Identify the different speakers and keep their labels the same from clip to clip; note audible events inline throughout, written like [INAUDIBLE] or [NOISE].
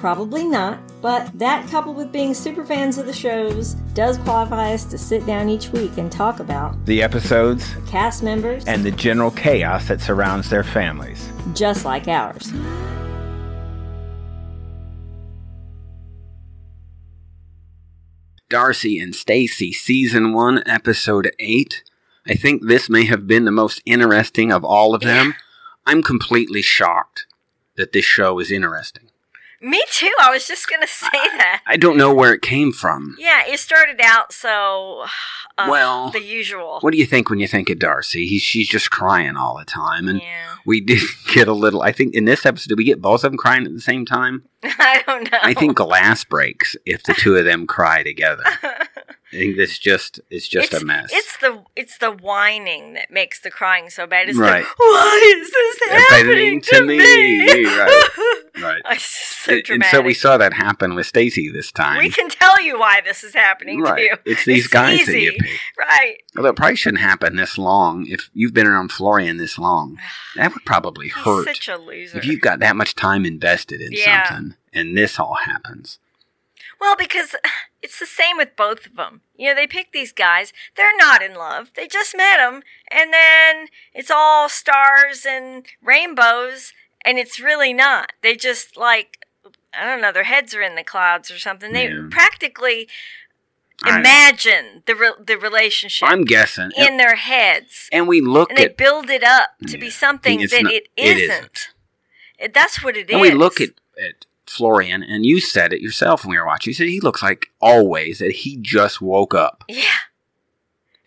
Speaker 1: Probably not, but that coupled with being super fans of the shows does qualify us to sit down each week and talk about
Speaker 2: The episodes
Speaker 1: cast members
Speaker 2: and the general chaos that surrounds their families.
Speaker 1: just like ours.
Speaker 2: Darcy and Stacy, Season 1, Episode 8. I think this may have been the most interesting of all of them. I'm completely shocked that this show is interesting.
Speaker 3: Me too. I was just gonna say that.
Speaker 2: I don't know where it came from.
Speaker 3: Yeah, it started out so uh,
Speaker 2: Well,
Speaker 3: the usual.
Speaker 2: What do you think when you think of Darcy? He, she's just crying all the time. And
Speaker 3: yeah,
Speaker 2: we [LAUGHS] did get a little, I think in this episode, did we get both of them crying at the same time?
Speaker 3: [LAUGHS] I don't know.
Speaker 2: I
Speaker 3: [LAUGHS]
Speaker 2: think glass breaks if the two of them cry together. I think this just, it's just
Speaker 3: It's-
Speaker 2: a mess.
Speaker 3: it's the it's the whining that makes the crying so bad. It's
Speaker 2: Right.
Speaker 3: the why is this happening, to me?
Speaker 2: Right, right.
Speaker 3: [LAUGHS] it's just so
Speaker 2: And-
Speaker 3: dramatic.
Speaker 2: and so we saw that happen with Stacy this
Speaker 3: [LAUGHS]
Speaker 2: time.
Speaker 3: We can tell you why this is happening to
Speaker 2: right.
Speaker 3: you.
Speaker 2: It's these
Speaker 3: It's
Speaker 2: guys that
Speaker 3: easy.
Speaker 2: you pick.
Speaker 3: Right.
Speaker 2: Although it probably shouldn't happen this long. If you've been around Florian this long, that would probably
Speaker 3: He's
Speaker 2: hurt.
Speaker 3: such a loser.
Speaker 2: If you've got that much time invested in
Speaker 3: Yeah.
Speaker 2: something and this all happens.
Speaker 3: Well, because [SIGHS] it's the same with both of them. You know, they pick these guys. They're not in love. They just met them, and then it's all stars and rainbows, and it's really not. They just like I don't know. Their heads are in the clouds or something. They
Speaker 2: Yeah.
Speaker 3: practically
Speaker 2: I-
Speaker 3: imagine the re- the relationship
Speaker 2: I'm guessing.
Speaker 3: in their heads,
Speaker 2: and we looked
Speaker 3: and they
Speaker 2: at
Speaker 3: build it up to
Speaker 2: Yeah.
Speaker 3: be something
Speaker 2: It's
Speaker 3: that
Speaker 2: not-
Speaker 3: it
Speaker 2: it
Speaker 3: isn't.
Speaker 2: isn't.
Speaker 3: It- That's what it is.
Speaker 2: and we look at, at Florian and you said it yourself when we were watching. You said he looks like always that he just woke up.
Speaker 3: yeah.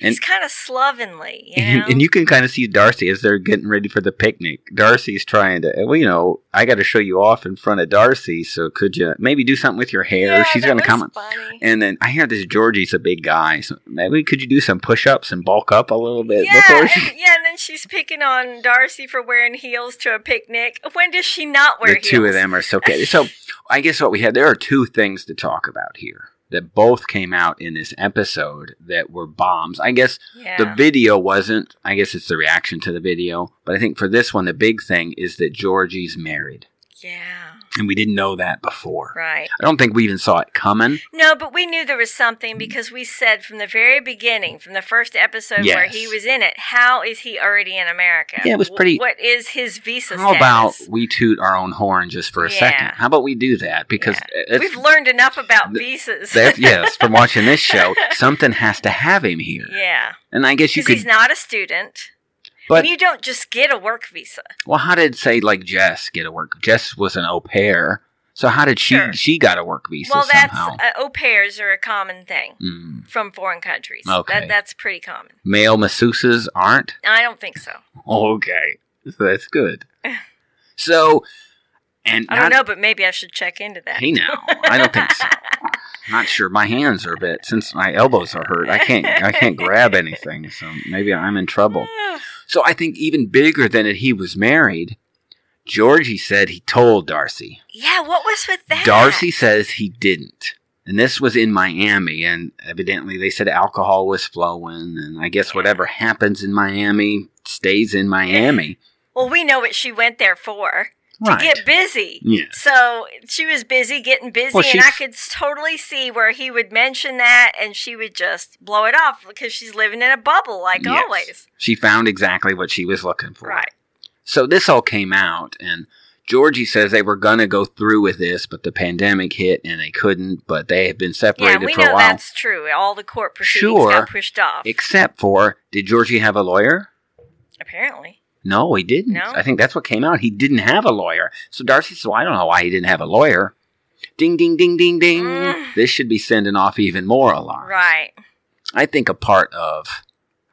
Speaker 2: And-
Speaker 3: It's kind of slovenly, you know?
Speaker 2: And, [LAUGHS] and you can kind of see Darcy as they're getting ready for the picnic. Darcy's trying to, well, you know, I got to show you off in front of Darcy, so could you maybe do something with your hair? She's going to comment. And then I hear this Georgie's a big guy, so maybe could you do some push ups and bulk up a little bit
Speaker 3: Yeah,
Speaker 2: before she.
Speaker 3: and, [LAUGHS] yeah, and then she's picking on Darcy for wearing heels to a picnic. When does she not wear
Speaker 2: the
Speaker 3: heels?
Speaker 2: two of them are so. Okay. So I guess what we had, there are two things to talk about here that both came out in this episode that were bombs. I guess
Speaker 3: Yeah.
Speaker 2: The video wasn't. I guess it's the reaction to the video. But I think for this one, the big thing is that Georgie's married.
Speaker 3: yeah.
Speaker 2: And we didn't know that before.
Speaker 3: Right.
Speaker 2: I don't think we even saw it coming.
Speaker 3: No, but we knew there was something
Speaker 2: Mm-hmm.
Speaker 3: because we said from the very beginning, from the first episode where
Speaker 2: Yes.
Speaker 3: he was in it, how is he already in America?
Speaker 2: Yeah, it was
Speaker 3: Wh-
Speaker 2: pretty-
Speaker 3: What is his visa
Speaker 2: How about
Speaker 3: status?
Speaker 2: we toot our own horn just for a
Speaker 3: Yeah.
Speaker 2: second? How about we do that? Because it's,
Speaker 3: We've learned enough about
Speaker 2: Th-
Speaker 3: visas.
Speaker 2: that- yes, from watching this show, something has to have him here.
Speaker 3: [LAUGHS] [LAUGHS] yeah.
Speaker 2: And I guess you
Speaker 3: Because
Speaker 2: could.
Speaker 3: he's not a student.
Speaker 2: but
Speaker 3: and you don't just get a work visa.
Speaker 2: well, how did say like Jess get a work? Jess was an au pair, so how did she
Speaker 3: Sure.
Speaker 2: she got a work visa
Speaker 3: well, that's
Speaker 2: somehow?
Speaker 3: uh, au pairs are a common thing
Speaker 2: Mm.
Speaker 3: from foreign countries.
Speaker 2: Okay.
Speaker 3: That, that's pretty common.
Speaker 2: Male masseuses aren't.
Speaker 3: I don't think so.
Speaker 2: Okay, so that's
Speaker 3: [LAUGHS]
Speaker 2: good. So, and
Speaker 3: I don't know, but maybe I should check into that.
Speaker 2: Hey
Speaker 3: [LAUGHS]
Speaker 2: now, I don't think so. Not sure. My hands are a bit since my elbows are hurt. I can't. I
Speaker 3: [LAUGHS]
Speaker 2: can't grab anything. So maybe I'm in trouble. So I think even bigger than that he was married. Georgie said he told Darcy.
Speaker 3: yeah, what was with that?
Speaker 2: Darcy says he didn't. And this was in Miami, and evidently they said alcohol was flowing, and I guess whatever happens in Miami stays in Miami.
Speaker 3: Well, we know what she went there for
Speaker 2: [LAUGHS] Right.
Speaker 3: to get busy.
Speaker 2: Yeah.
Speaker 3: So she was busy getting busy,
Speaker 2: Well, she
Speaker 3: and I
Speaker 2: f-
Speaker 3: could s- totally see where he would mention that, and she would just blow it off because she's living in a bubble, like
Speaker 2: Yes.
Speaker 3: always.
Speaker 2: She found exactly what she was looking for.
Speaker 3: Right.
Speaker 2: So this all came out, and Georgie says they were going to go through with this, but the pandemic hit and they couldn't, but they have been
Speaker 3: Yeah,
Speaker 2: separated
Speaker 3: we
Speaker 2: for a
Speaker 3: know
Speaker 2: while.
Speaker 3: that's true. All the court proceedings
Speaker 2: Sure.
Speaker 3: got pushed off.
Speaker 2: Except for, did Georgie have a lawyer?
Speaker 3: apparently.
Speaker 2: No, he didn't.
Speaker 3: No?
Speaker 2: I think that's what came out. He didn't have a lawyer. So Darcy says, well, I don't know why he didn't have a lawyer. Ding, ding, ding, ding, ding.
Speaker 3: Mm.
Speaker 2: This should be sending off even more alarms.
Speaker 3: Right.
Speaker 2: I think a part of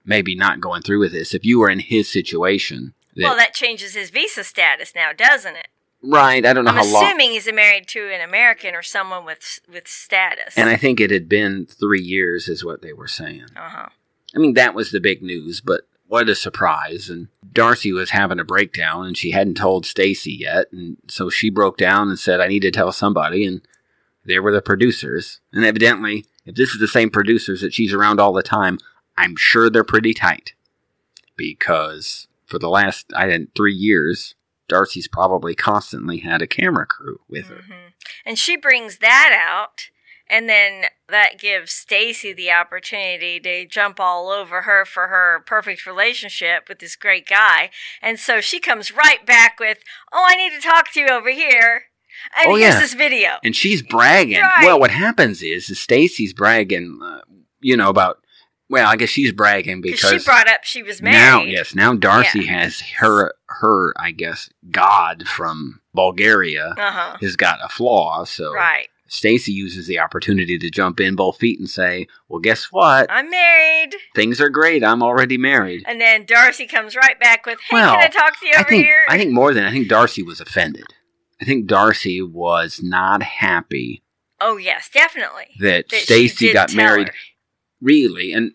Speaker 2: maybe not going through with this, if you were in his situation, that,
Speaker 3: Well, that changes his visa status now, doesn't it?
Speaker 2: right, I don't know
Speaker 3: I'm
Speaker 2: how long.
Speaker 3: assuming he's married to an American or someone with with status.
Speaker 2: And I think it had been three years, is what they were saying.
Speaker 3: uh-huh.
Speaker 2: I mean, that was the big news, but what a surprise. And Darcy was having a breakdown and she hadn't told Stacy yet. And so she broke down and said, I need to tell somebody. And there were the producers. And evidently, if this is the same producers that she's around all the time, I'm sure they're pretty tight. Because for the last, I didn't, three years, Darcy's probably constantly had a camera crew with her.
Speaker 3: Mhm. And she brings that out, and then that gives Stacy the opportunity to jump all over her for her perfect relationship with this great guy. And so she comes right back with, "Oh, I need to talk to you over here." And
Speaker 2: Oh,
Speaker 3: here's
Speaker 2: yeah.
Speaker 3: this video.
Speaker 2: and she's bragging.
Speaker 3: Right.
Speaker 2: Well, what happens is, is Stacy's bragging, uh, you know, about. Well, I guess she's bragging
Speaker 3: Because
Speaker 2: because
Speaker 3: she brought up she was married.
Speaker 2: now, yes, now Darcy
Speaker 3: Yeah.
Speaker 2: has her, her, I guess, God from Bulgaria
Speaker 3: Uh huh.
Speaker 2: has got a flaw. So
Speaker 3: Right.
Speaker 2: Stacy uses the opportunity to jump in both feet and say, "Well, guess what?
Speaker 3: I'm married.
Speaker 2: Things are great. I'm already married."
Speaker 3: And then Darcy comes right back with, "Hey,
Speaker 2: Well,
Speaker 3: can I talk to you
Speaker 2: I
Speaker 3: over
Speaker 2: think
Speaker 3: here?"
Speaker 2: I think more than I think Darcy was offended. I think Darcy was not happy
Speaker 3: oh yes, definitely.
Speaker 2: that,
Speaker 3: That she
Speaker 2: Stacy
Speaker 3: did
Speaker 2: got
Speaker 3: tell
Speaker 2: married
Speaker 3: her.
Speaker 2: really and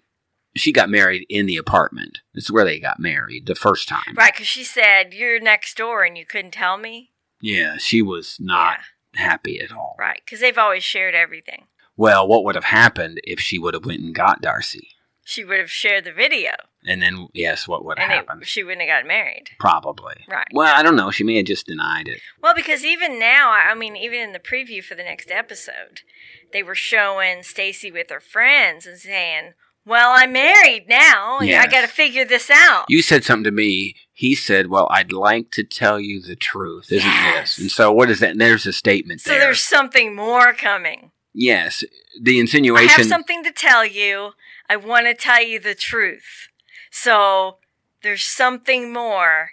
Speaker 2: she got married in the apartment. It's where they got married the first time.
Speaker 3: Right, because she said, You're next door and you couldn't tell me.
Speaker 2: Yeah, she was not happy at all.
Speaker 3: Yeah, right, because they've always shared everything.
Speaker 2: Well, what would have happened if she would have went and got Darcy?
Speaker 3: She would have shared the video
Speaker 2: And then yes, what would have
Speaker 3: and
Speaker 2: happened?
Speaker 3: it, she wouldn't have gotten married.
Speaker 2: Probably.
Speaker 3: Right.
Speaker 2: Well, I don't know. She may have just denied it.
Speaker 3: Well, because even now, I I mean, even in the preview for the next episode, they were showing Stacy with her friends and saying, Well, I'm married now and I
Speaker 2: Yes.
Speaker 3: got to figure this out.
Speaker 2: You said something to me. He said, "Well, I'd like to tell you the truth, isn't
Speaker 3: Yes.
Speaker 2: this?" And so, what is that? There's a statement
Speaker 3: so
Speaker 2: there.
Speaker 3: there's something more coming.
Speaker 2: yes, the
Speaker 3: I have
Speaker 2: insinuation.
Speaker 3: something to tell you. I want to tell you the truth. So there's something more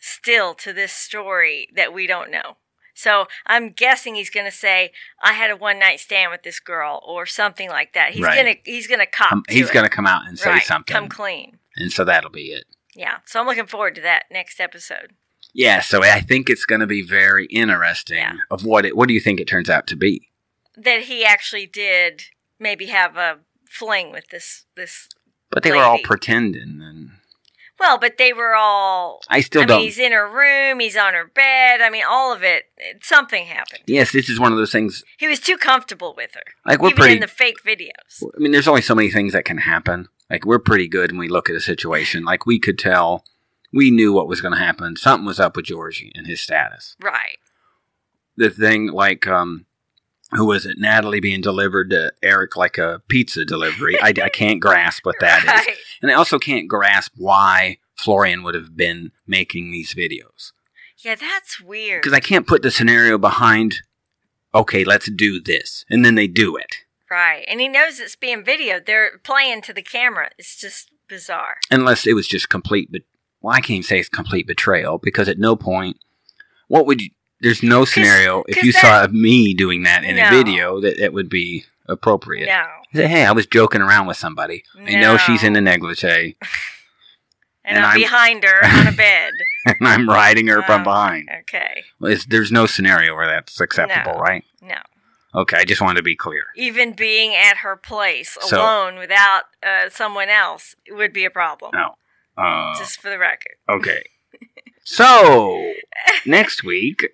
Speaker 3: still to this story that we don't know. So I'm guessing he's going to say, "I had a one night stand with this girl" or something like that. He's
Speaker 2: Right.
Speaker 3: gonna he's gonna cop.
Speaker 2: um,
Speaker 3: to
Speaker 2: he's
Speaker 3: it.
Speaker 2: going to come out and say
Speaker 3: Right,
Speaker 2: something,
Speaker 3: Come clean.
Speaker 2: and so that'll be it.
Speaker 3: Yeah. So I'm looking forward to that next episode.
Speaker 2: Yeah. So I think it's going to be very interesting.
Speaker 3: Yeah.
Speaker 2: Of what it, what do you think it turns out to be?
Speaker 3: That he actually did maybe have a fling with this this.
Speaker 2: But they were all
Speaker 3: Lady.
Speaker 2: pretending, and
Speaker 3: Well, but they were all
Speaker 2: I still
Speaker 3: I
Speaker 2: don't.
Speaker 3: mean, he's in her room, he's on her bed. I mean, all of it. it- Something happened.
Speaker 2: yes, this is one of those things.
Speaker 3: He was too comfortable with her,
Speaker 2: Like we're
Speaker 3: even
Speaker 2: pretty.
Speaker 3: in the fake videos.
Speaker 2: I mean, there's only so many things that can happen. Like we're pretty good when we look at a situation. Like we could tell, we knew what was going to happen. Something was up with Georgie and his status.
Speaker 3: Right. [LAUGHS]
Speaker 2: The thing, like, um, who was it? Natalie being delivered to Eric like a pizza delivery. I, I can't grasp what that is,
Speaker 3: right.
Speaker 2: and I also can't grasp why Florian would have been making these videos
Speaker 3: Yeah, that's weird.
Speaker 2: because I can't put the scenario behind. Okay, let's do this, and then they do it.
Speaker 3: right. And he knows it's being videoed. They're playing to the camera. It's just bizarre.
Speaker 2: unless it was just complete. But well, I can't say it's complete betrayal because at no point, what would you? There's no scenario if
Speaker 3: 'cause
Speaker 2: you
Speaker 3: that-
Speaker 2: saw me doing that in
Speaker 3: No.
Speaker 2: a video that that would be appropriate.
Speaker 3: No.
Speaker 2: Say, hey, I was joking around with somebody. I know she's
Speaker 3: No.
Speaker 2: in a negligee, [LAUGHS]
Speaker 3: And,
Speaker 2: And
Speaker 3: I'm,
Speaker 2: I'm-
Speaker 3: behind her on a
Speaker 2: [LAUGHS]
Speaker 3: bed.
Speaker 2: and I'm riding her from
Speaker 3: Oh,
Speaker 2: behind.
Speaker 3: Okay.
Speaker 2: Well, It's, there's no scenario where that's acceptable,
Speaker 3: No.
Speaker 2: right?
Speaker 3: No.
Speaker 2: Okay, I just wanted to be clear.
Speaker 3: Even being at her place
Speaker 2: So-
Speaker 3: alone without uh, someone else would be a problem.
Speaker 2: No. Uh,
Speaker 3: Just for the record.
Speaker 2: okay. So next week,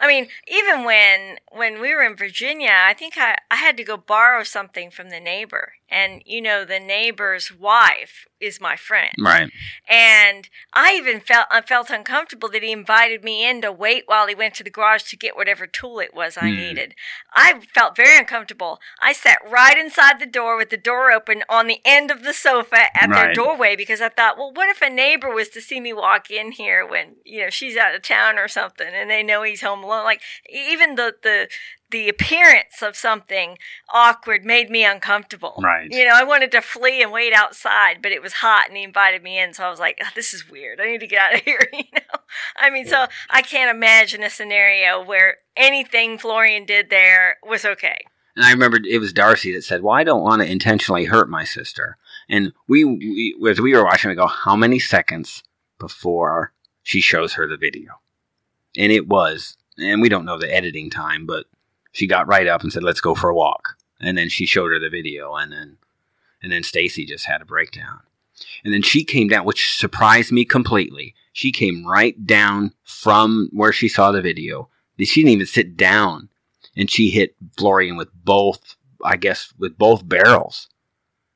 Speaker 3: I mean, even when when we were in Virginia, I think I, I had to go borrow something from the neighbor. And you know, the neighbor's wife is my friend.
Speaker 2: right?
Speaker 3: And I even felt I felt uncomfortable that he invited me in to wait while he went to the garage to get whatever tool it was I
Speaker 2: Hmm.
Speaker 3: needed. I felt very uncomfortable. I sat right inside the door with the door open on the end of the sofa at their
Speaker 2: Right.
Speaker 3: doorway because I thought, well, what if a neighbor was to see me walk in here when you know she's out of town or something, and they know he's home alone? Like e-, even the the the appearance of something awkward made me uncomfortable.
Speaker 2: Right.
Speaker 3: You know, I wanted to flee and wait outside, but it was hot and he invited me in. So I was like, "Ugh, this is weird. I need to get out of [LAUGHS] here. You know, I mean, so I can't imagine a scenario where anything Florian did there was okay.
Speaker 2: And I remember it was Darcy that said, "Well, I don't want to intentionally hurt my sister." And we, we as we were watching, we go, "How many seconds before she shows her the video?" And it was, and we don't know the editing time, but she got right up and said, "Let's go for a walk." And then she showed her the video, and then and then Stacy just had a breakdown. And then she came down, which surprised me completely. She came right down from where she saw the video. She didn't even sit down. And she hit Florian with both, I guess, with both barrels.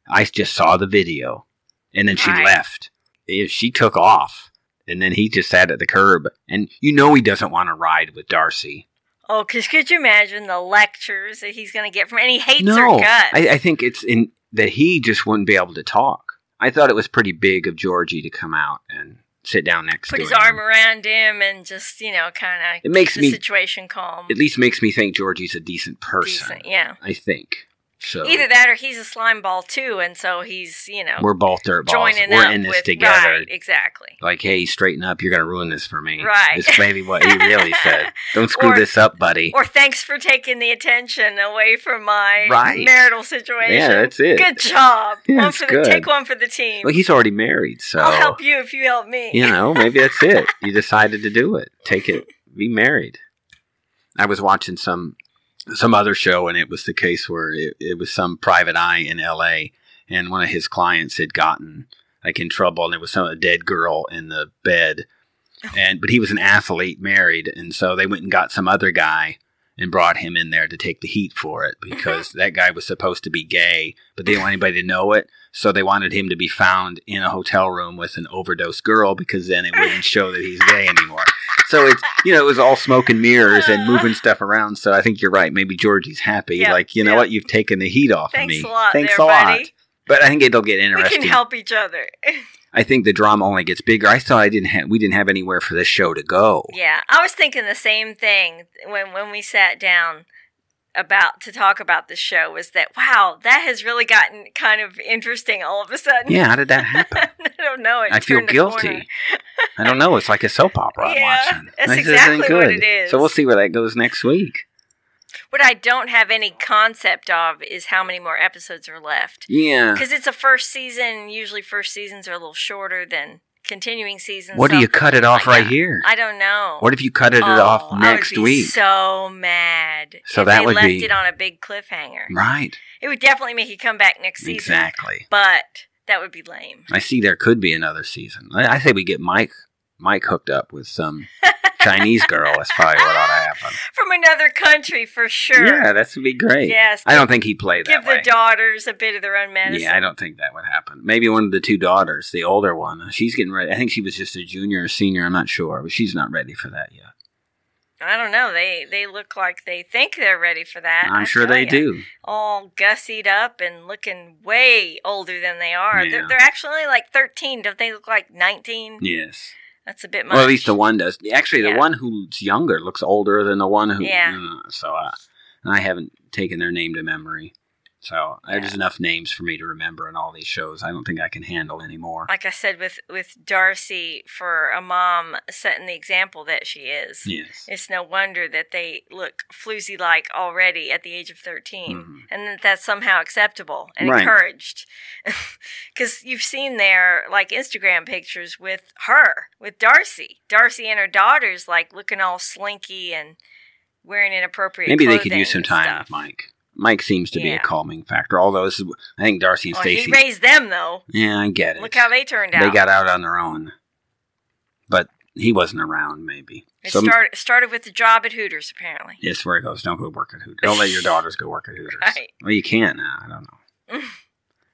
Speaker 2: I just saw the video. And then she
Speaker 3: Right.
Speaker 2: left. If She took off. And then he just sat at the curb. And you know he doesn't want to ride with Darcy.
Speaker 3: Oh, because could you imagine the lectures that he's going to get from? And he hates her
Speaker 2: no,
Speaker 3: guts.
Speaker 2: I, I think it's in that he just wouldn't be able to talk. I thought it was pretty big of Georgie to come out and sit down next
Speaker 3: Put
Speaker 2: to
Speaker 3: his
Speaker 2: him.
Speaker 3: arm around him and just you know kind of
Speaker 2: It makes
Speaker 3: the
Speaker 2: me,
Speaker 3: situation calm.
Speaker 2: at least makes me think Georgie's a decent person.
Speaker 3: Decent, yeah.
Speaker 2: I think so.
Speaker 3: Either that or he's a slime ball too, and so he's you know
Speaker 2: we're both dirt balls.
Speaker 3: joining
Speaker 2: We're
Speaker 3: up
Speaker 2: in this
Speaker 3: with
Speaker 2: together.
Speaker 3: Right, exactly.
Speaker 2: Like, hey, straighten up! You're gonna ruin this for me.
Speaker 3: Right.
Speaker 2: It's maybe what he really
Speaker 3: [LAUGHS]
Speaker 2: said. Don't screw
Speaker 3: Or-
Speaker 2: this up, buddy.
Speaker 3: Or thanks for taking the attention away from my
Speaker 2: Right.
Speaker 3: marital situation.
Speaker 2: yeah, that's it.
Speaker 3: Good job.
Speaker 2: Yeah,
Speaker 3: one
Speaker 2: it's
Speaker 3: for the,
Speaker 2: good.
Speaker 3: Take one for the team.
Speaker 2: Well, he's already married, so
Speaker 3: I'll help you if you help me.
Speaker 2: you know, maybe that's it. You decided to do it. Take it. Be married. I was watching some some other show, and it was the case where it, it was some private eye in L.A. and one of his clients had gotten like in trouble, and there was some a dead girl in the bed,
Speaker 3: Oh.
Speaker 2: and but he was an athlete, married, and so they went and got some other guy and brought him in there to take the heat for it
Speaker 3: Uh-huh.
Speaker 2: because that guy was supposed to be gay, but they didn't want anybody to know it. So they wanted him to be found in a hotel room with an overdose girl because then it wouldn't show that he's gay anymore. So it's you know it was all smoke and mirrors and moving stuff around. So I think you're right. Maybe Georgie's happy.
Speaker 3: Uh-huh. Yeah,
Speaker 2: like you know
Speaker 3: yeah.
Speaker 2: what, you've taken the heat off
Speaker 3: Thanks
Speaker 2: of me.
Speaker 3: a lot,
Speaker 2: Thanks
Speaker 3: there,
Speaker 2: a lot.
Speaker 3: buddy.
Speaker 2: But I think it'll get
Speaker 3: We
Speaker 2: interesting.
Speaker 3: can help each other. [LAUGHS]
Speaker 2: I think the drama only gets bigger. I thought I didn't have we didn't have anywhere for this show to go.
Speaker 3: yeah, I was thinking the same thing when when we sat down about to talk about the show. Was that wow? That has really gotten kind of interesting all of a sudden.
Speaker 2: Yeah, how did that happen?
Speaker 3: [LAUGHS] I don't know. It
Speaker 2: I feel
Speaker 3: turned a corner.
Speaker 2: guilty. I don't know. It's like a soap opera I'm
Speaker 3: Yeah,
Speaker 2: watching.
Speaker 3: that's
Speaker 2: This isn't
Speaker 3: exactly what it is.
Speaker 2: So we'll see where that goes next week.
Speaker 3: What I don't have any concept of is how many more episodes are left.
Speaker 2: Yeah.
Speaker 3: Because it's a first season. Usually, first seasons are a little shorter than continuing seasons.
Speaker 2: What
Speaker 3: so
Speaker 2: do you cut it off
Speaker 3: I-
Speaker 2: right here?
Speaker 3: I don't know.
Speaker 2: What if you cut it
Speaker 3: Oh, I
Speaker 2: off
Speaker 3: would
Speaker 2: next
Speaker 3: be
Speaker 2: week?
Speaker 3: So mad.
Speaker 2: So
Speaker 3: if
Speaker 2: that
Speaker 3: they
Speaker 2: would
Speaker 3: left
Speaker 2: be- Mm.
Speaker 3: it on a big cliffhanger.
Speaker 2: right.
Speaker 3: It would definitely make you come back next season.
Speaker 2: Exactly.
Speaker 3: But that would be lame.
Speaker 2: I see there could be another season. I, I say we get Mike Mike hooked up with
Speaker 3: [LAUGHS]
Speaker 2: some Chinese girl. That's probably what ought to happen.
Speaker 3: From another country for sure.
Speaker 2: Yeah, that would be great.
Speaker 3: Yes.
Speaker 2: I don't think he'd play that
Speaker 3: give
Speaker 2: way.
Speaker 3: the daughters a bit of their own medicine.
Speaker 2: yeah, I don't think that would happen. Maybe one of the two daughters, the older one, she's getting ready. I think she was just a junior or senior. I'm not sure, but she's not ready for that yet.
Speaker 3: I don't know. They they look like they think they're ready for that. I
Speaker 2: I'm sure
Speaker 3: tell
Speaker 2: they
Speaker 3: ya. Mm-hmm.
Speaker 2: do.
Speaker 3: All gussied up and looking way older than they are.
Speaker 2: Yeah.
Speaker 3: They're, they're actually only like 13. Don't they look like 19?
Speaker 2: Yes.
Speaker 3: That's a bit much.
Speaker 2: Well, at least the one does. Actually, the
Speaker 3: Yeah.
Speaker 2: one who's younger looks older than the one who.
Speaker 3: Yeah.
Speaker 2: Mm, so I, I haven't taken their name to memory. So there's enough names for me to remember in all these shows. I don't think I can handle anymore.
Speaker 3: Like I said, with, with Darcy, for a mom setting the example that she is.
Speaker 2: yes.
Speaker 3: It's no wonder that they look floozy like already at the age of 13,
Speaker 2: Mhm.
Speaker 3: and that that's somehow acceptable and
Speaker 2: Right.
Speaker 3: encouraged. [LAUGHS] Because you've seen their like Instagram pictures with her, with Darcy. Darcy and her daughters, like looking all slinky and wearing inappropriate
Speaker 2: Maybe they could use some
Speaker 3: clothing
Speaker 2: time
Speaker 3: and
Speaker 2: with
Speaker 3: stuff.
Speaker 2: Mike. Mike seems to be a
Speaker 3: Yeah.
Speaker 2: calming factor. Although this is, I think Darcy and
Speaker 3: Well,
Speaker 2: Stacy.
Speaker 3: Oh, he raised them, though.
Speaker 2: yeah, I get it.
Speaker 3: Look how they turned out.
Speaker 2: They got out on their own, but he wasn't around. Maybe.
Speaker 3: it
Speaker 2: So-
Speaker 3: started, started with the job at Hooters, apparently.
Speaker 2: Yes, where it goes. Don't go work at Hooters. Don't let your daughters go work at Hooters.
Speaker 3: [LAUGHS] Right.
Speaker 2: Well, you can't now. I don't know.
Speaker 3: [LAUGHS]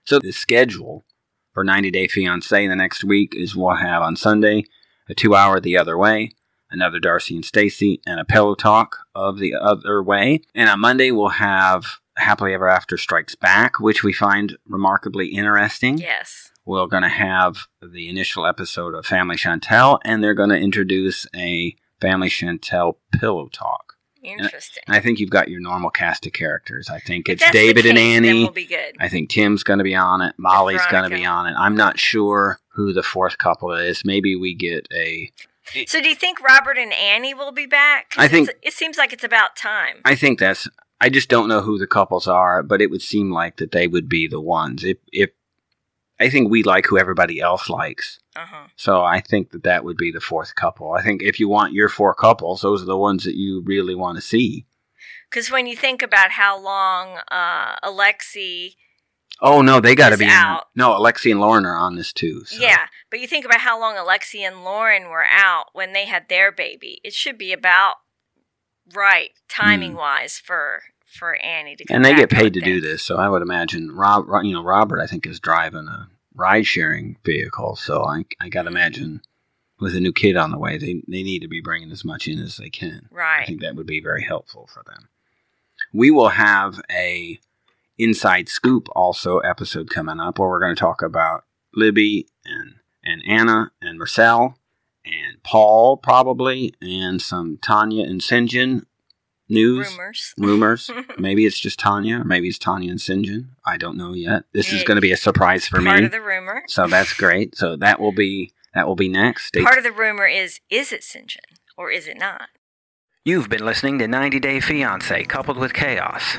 Speaker 2: so the schedule for 90 Day Fiance the next week is we'll have on Sunday a two hour the other way, another Darcy and Stacy, and a pillow talk of the other way. And on Monday we'll have Happily Ever After Strikes Back, which we find remarkably interesting
Speaker 3: Yes.
Speaker 2: we're going to have the initial episode of Family Chantel, and they're going to introduce a Family Chantel pillow talk.
Speaker 3: Interesting.
Speaker 2: And I think you've got your normal cast of characters. I think
Speaker 3: If
Speaker 2: it's
Speaker 3: that's the
Speaker 2: David and
Speaker 3: case, then
Speaker 2: Annie.
Speaker 3: We'll be good.
Speaker 2: I think Tim's going to be on it. Molly's going to
Speaker 3: Veronica.
Speaker 2: be on it. I'm not sure who the fourth couple is. Maybe we get a.
Speaker 3: So do you think Robert and Annie will be back? 'Cause
Speaker 2: I think-
Speaker 3: it's- it seems like it's about time.
Speaker 2: I think that's. I just don't know who the couples are, but it would seem like that they would be the ones. If if I think we like who everybody else likes.
Speaker 3: Uh-huh.
Speaker 2: So I think that that would be the fourth couple. I think if you want your four couples, those are the ones that you really want to see.
Speaker 3: Because when you think about how long uh, Alexi
Speaker 2: Oh no, they got to
Speaker 3: is
Speaker 2: be in-
Speaker 3: out.
Speaker 2: No, Alexi and Lauren are on this too. so-
Speaker 3: Yeah, but you think about how long Alexi and Lauren were out when they had their baby. It should be about right timing wise for for Annie to come.
Speaker 2: Hmm. and they
Speaker 3: back,
Speaker 2: get
Speaker 3: I
Speaker 2: paid
Speaker 3: would
Speaker 2: to do
Speaker 3: think.
Speaker 2: this, so I would imagine Rob, Ro- you know, Robert, I think is driving a ride-sharing vehicle, so I, I got to imagine with a new kid on the way, they they need to be bringing as much in as they can. I
Speaker 3: Right.
Speaker 2: think that would be very helpful for them. We will have a inside scoop also episode coming up where we're going to talk about Libby and and Anna and Marcel and Paul probably and some Tanya and Sinjin news
Speaker 3: Rumors. [LAUGHS]
Speaker 2: rumors. Maybe it's just Tanya, or maybe it's Tanya and Sinjin. I don't know yet. This is
Speaker 3: Yeah.
Speaker 2: going to be a surprise for
Speaker 3: Part
Speaker 2: me.
Speaker 3: of the rumor.
Speaker 2: so that's great. So that will be that will be next. Stay
Speaker 3: Part of the rumor is is it St. John or is it not?
Speaker 2: You've been listening to 90 Day Fiancé Coupled with Chaos.